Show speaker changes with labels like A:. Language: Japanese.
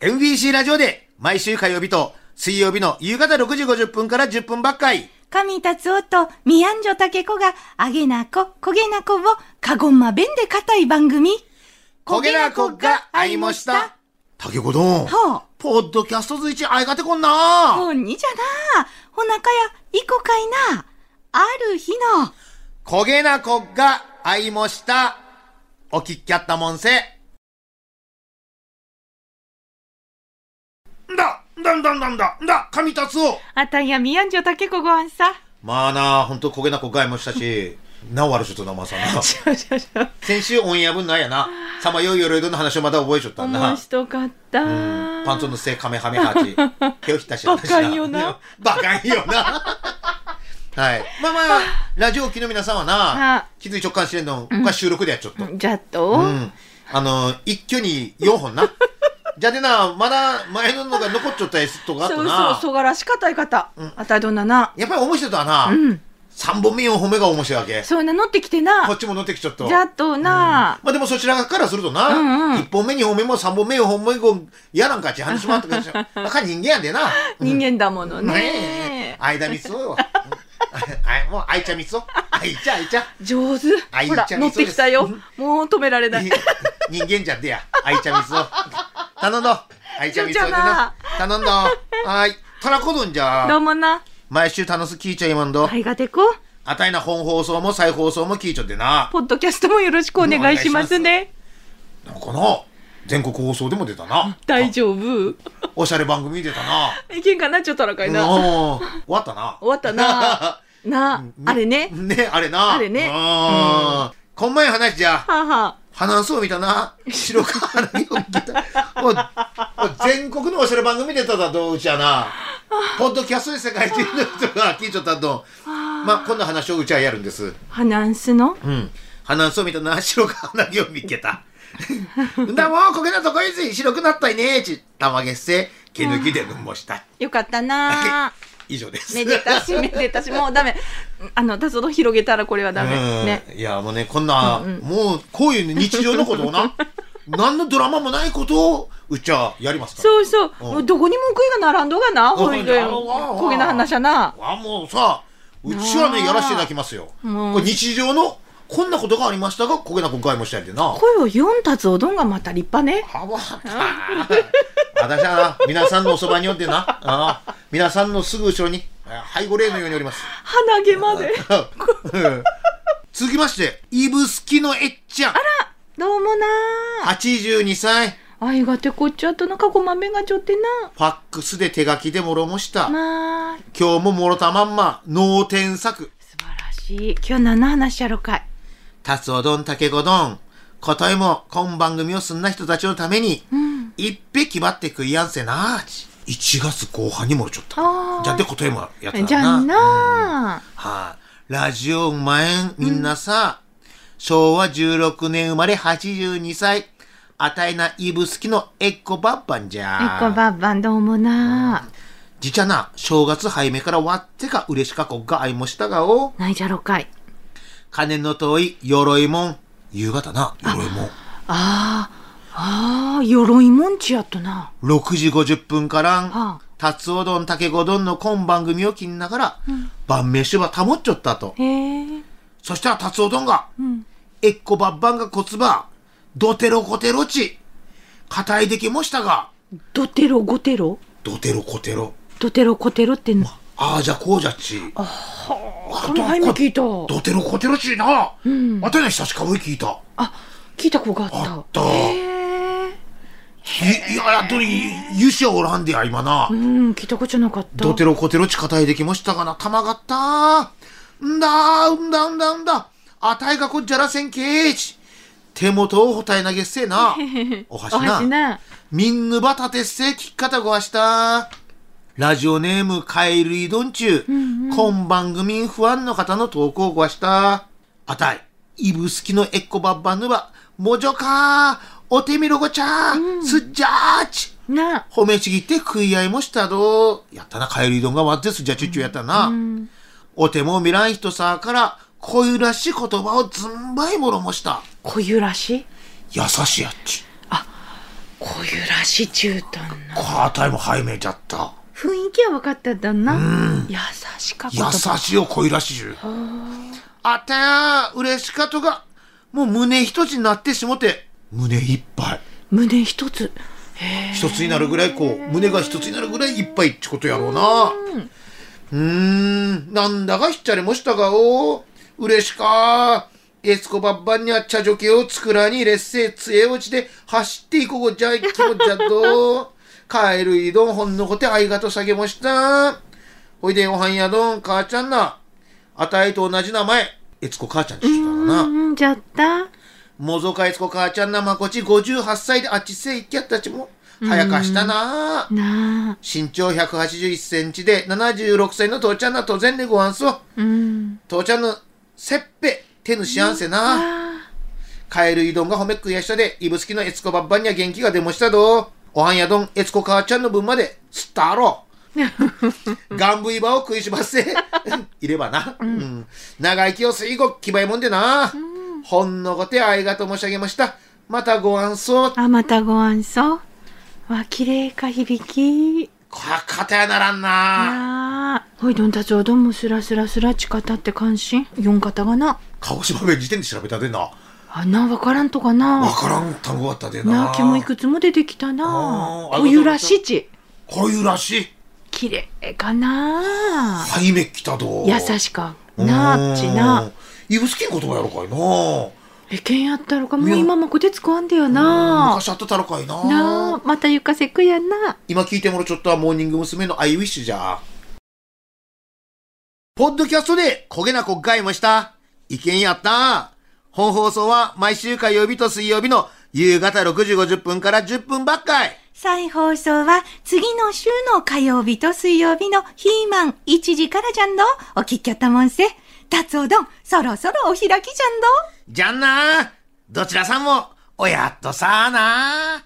A: MBC ラジオで毎週火曜日と水曜日の夕方6時50分から10分ばっかり。
B: 神達夫とミアンジョタケコが、あげなこ、こげなこを、かごんま弁で固い番組。
A: 焦げなこが会いました。。竹子どん。
B: は
A: ポッドキャスト随一相方こん
B: あ、
A: な。
B: ほんにじゃな。ほなかや、いこかいな。ある日の、
A: 焦げなこが会いました。おきっきゃったもんせ。んだ、んだんだんだんだ、んだ、神達夫。
B: あたんやミアンジョタケコごはんさ。
A: まあなあ、ほんと焦げなこが会いました し、なお悪しょとなまさんな。
B: ちょちょちょ。
A: 先週オンエア分なんやな。さまよいよろいどの話をまだ覚えちょったんな。
B: 面白かった。
A: うんパンツのせいカメハメハ チ。手をひったしな。
B: バカんよな。
A: バカんよな。はい。まあまあ、ラジオ機の皆さんはな
B: は、
A: 気づい直感してんの、これは収録でやっちょっと。
B: じゃっと、
A: うん。あの、一挙に4本な。じゃでな、まだ前ののが残っちょったやつとかあと
B: そうそう
A: な、。
B: そがらしかたい方。あたいどんなな。
A: やっぱり面白いとはな、
B: うん。
A: 3本目4本目が面白いわけ。
B: そうな乗ってきてな
A: こ。っちも乗ってきちょっと。
B: じゃっとな。
A: まあでもそちらからするとな、
B: うんうん
A: 1本目、2本目も3本目、4本目も嫌なんかって話もあった からしょ、バカ人間やでな。
B: 人間だもの
A: ねえ
B: ね。。
A: 間みつおよ。あもう、あいちゃみつお。あいちゃ、あいちゃ。
B: 上手
A: あい。
B: ほら
A: ち、ゃん
B: 乗ってきたよ
A: そうで。
B: もう止められない。
A: 人間じゃでや。あいちゃみつお。頼んど。あいちゃみつおで
B: ちょちょ
A: な
B: な。
A: 頼んど。はーい。たらこどんじ
B: ど
A: ゃ。
B: うもな。
A: 毎週楽しく聞いちゃいまんど
B: あ。いがてこ。
A: あたいな本放送も再放送も聞いちょってな。
B: ポッドキャストもよろしくお願いしますね。
A: なんかな。全国放送でも出たな。
B: 大丈夫。
A: おしゃれ番組出たな。
B: いけんかな、ちょっとらかいな。終
A: うん終わったな。
B: わっ たな。な、あれね。
A: ね、あれな。
B: あれね
A: うん。こんまい話じゃ。
B: はあはあ。
A: 話そう見たな。白川花を聞いた。おいおい全国のおしゃれ番組出ただと、うちはな。ポッドキャストで世界中の人が聞いちょったと。まあ、こんな話をうちはやるんです。
B: ハナンスの。
A: うん。話そう見たな。白川花を見つけた。 んだもん、こげなとこいつい白くなったいねち。たまげっせ、毛抜きで飲もした。
B: よかったな。
A: 以上 です。
B: めでたし、めで たし、もうダメ。あの、たその広げたら、これはダメ。ね。
A: うんいやもうねこんな、もうこういう日常のことをな何のドラマもないことをうちはやりますから
B: そうそう、
A: うん
B: もうどこにも食いが並んどがな、ほいで、
A: あああ
B: こげな話やな。
A: あもうさうちはね
B: なあ
A: やらせていただきますよ、
B: うん
A: これ日常のこんなことがありましたがこげな今回もしたいでなは
B: 声を四立つおどんがまた立派ね。
A: ばた私はな皆さんのおそばにおってなああ皆さんのすぐ後ろにあ背後霊のようにおります
B: 鼻毛まで。
A: うん続きましてイブスキのえっちゃん
B: どうもな
A: 82歳
B: あいがてこっちゃとなかごまめがちょってな。
A: ファックスで手書きでもろもした。
B: まあ、
A: 今日ももろたまんま、脳天作。
B: 素晴らしい。今日何の話やろかい。
A: たつおどん、たけごどん。こといも、今番組をすんな人たちのために、
B: うん。
A: 一匹ばって食いやんせなあち。1月後半にもろちょった。
B: あー
A: じゃってこといもやったな。
B: じゃあ
A: うん
B: な
A: はい、ラジオうまえん、みんなさ、昭和16年生まれ82歳。あたいな、イブスキのエッコバッバンじゃ。
B: あ。えっこばっばんどうもな
A: じちゃな、正月早めから割ってか嬉しかこっがあいもしたがお。
B: ないじゃろかい。
A: 金の遠い鎧もん。夕方な、鎧もん。
B: ああ、ああ、鎧もんちやっとな。
A: 6時50分からん。
B: はあ。
A: たつおどん、たけごどんの今番組を聞きながら、晩飯は保っちょったと。
B: へえ。
A: そしたらたつおどんが、
B: うん。
A: えっこばっばんが骨ば、どてろこてろち。硬いできもしたが、
B: ドテロゴテロ
A: どてろこてろ。
B: ドテロコテロっての。
A: ああじゃこうじゃち。
B: この前も聞いた。
A: どてろこてろちな。
B: うん。
A: あたいの久しかぶり聞いた。
B: あ、聞いた子があった。
A: あった
B: へえ。
A: いいや、やっとり、ゆしはおらんでや、今な
B: う。ん、聞いた子じゃなかった。
A: どてろこてろち固いできましたがな、たまがったー。んだー、んだんだんだ。あたいがこっじゃらせんけーち。手元をほたい投げっせー な。おはし
B: おはし
A: な。
B: な。
A: みんぬばたてっせー、きっかたごはしたー。ラジオネーム、カエルイドンチュー。今番組不安の方の投稿をごわした。あたい、イブスキのエッコバッバヌバ、もじょかー。おてみろごちゃー、すっじゃーち。
B: な。
A: 褒めちぎって食い合いもしたど。やったな、帰り丼が割ってすじゃちゅっちゅやったな。
B: うん。
A: お手も見らん人さから、こういうらしい言葉をずんばいもろもした。
B: こゆらしい
A: 優しいやっち。
B: こういうらしい絨毯な。
A: カータイも拝めちゃった。
B: 雰囲気は分かったんだな。優しかっ
A: 優
B: た。
A: しいよ、恋らしいゅ。あたや、嬉しかとが、もう胸一つになってしもて、胸いっぱい。
B: 胸一つ。
A: 一つになるぐらいこう胸が一つになるぐらいいっぱいってことやろうなうーんなんだかひっちゃりもしたがお嬉しかエスコバッバンにゃっちゃじょけをつくらに劣勢杖落ちで走っていこうじゃいきもじゃ と帰るいどんほんのこてあいがと下げましたほいでおはんやどん母ちゃんなあたいと同じ名前エツコ母ちゃんにしてたのな
B: うん、じゃった。
A: もぞかいつこ母ちゃんなまこち58歳であっちせいきやったちも、早かしたなあ
B: なあ。
A: 身長181センチで76歳の父ちゃんなと全でごわんすわ。
B: うん。
A: 父ちゃんのせっぺ、手ぬしやんせな。
B: あ
A: カエルうどんが褒めっくやしたで、いぶすきのえつこばっばんには元気が出ましたど。おはんやどん、えつこ母ちゃんの分まで、すったろ。 ガンブイバを食いしばせ。 いればな。うん。長生きをすいごきばいもんでな。ほんのごてあいがと申し上げました。またご安そう。
B: あ、またご安そう。わ、綺麗か響き。
A: か、かたやならんな。
B: なあ。ほいどんたぞうどんもすらすらすらちかたって関心。四方がな。
A: 鹿児島弁時点で調べたでな。
B: あんなわからんとか
A: わ
B: な。
A: からん単語あったでな。
B: なあ、気もいくつも出てきたな。
A: あー
B: おゆらしち。
A: こういうらしい。
B: 綺麗かな。
A: はいめきたど。
B: 優しかなあっちな。。
A: いぶすきん言葉やろかいな。
B: えけんやったろかもう今もこてつこわんでよな
A: 昔あったたろかいな。
B: なあまたゆかせくやな
A: 今聞いてもらうちょっとはモーニング娘。のアイウィッシュじゃ。ポッドキャストで焦げなこがいました。意見やった。本放送は毎週火曜日と水曜日の夕方6時50分から10分ばっかい。
B: 再放送は次の週の火曜日と水曜日のヒーマン1時からじゃんどお聞きやったもんせ達おどんそろそろお開きじゃんど
A: じゃんなどちらさんも、おやっとさあな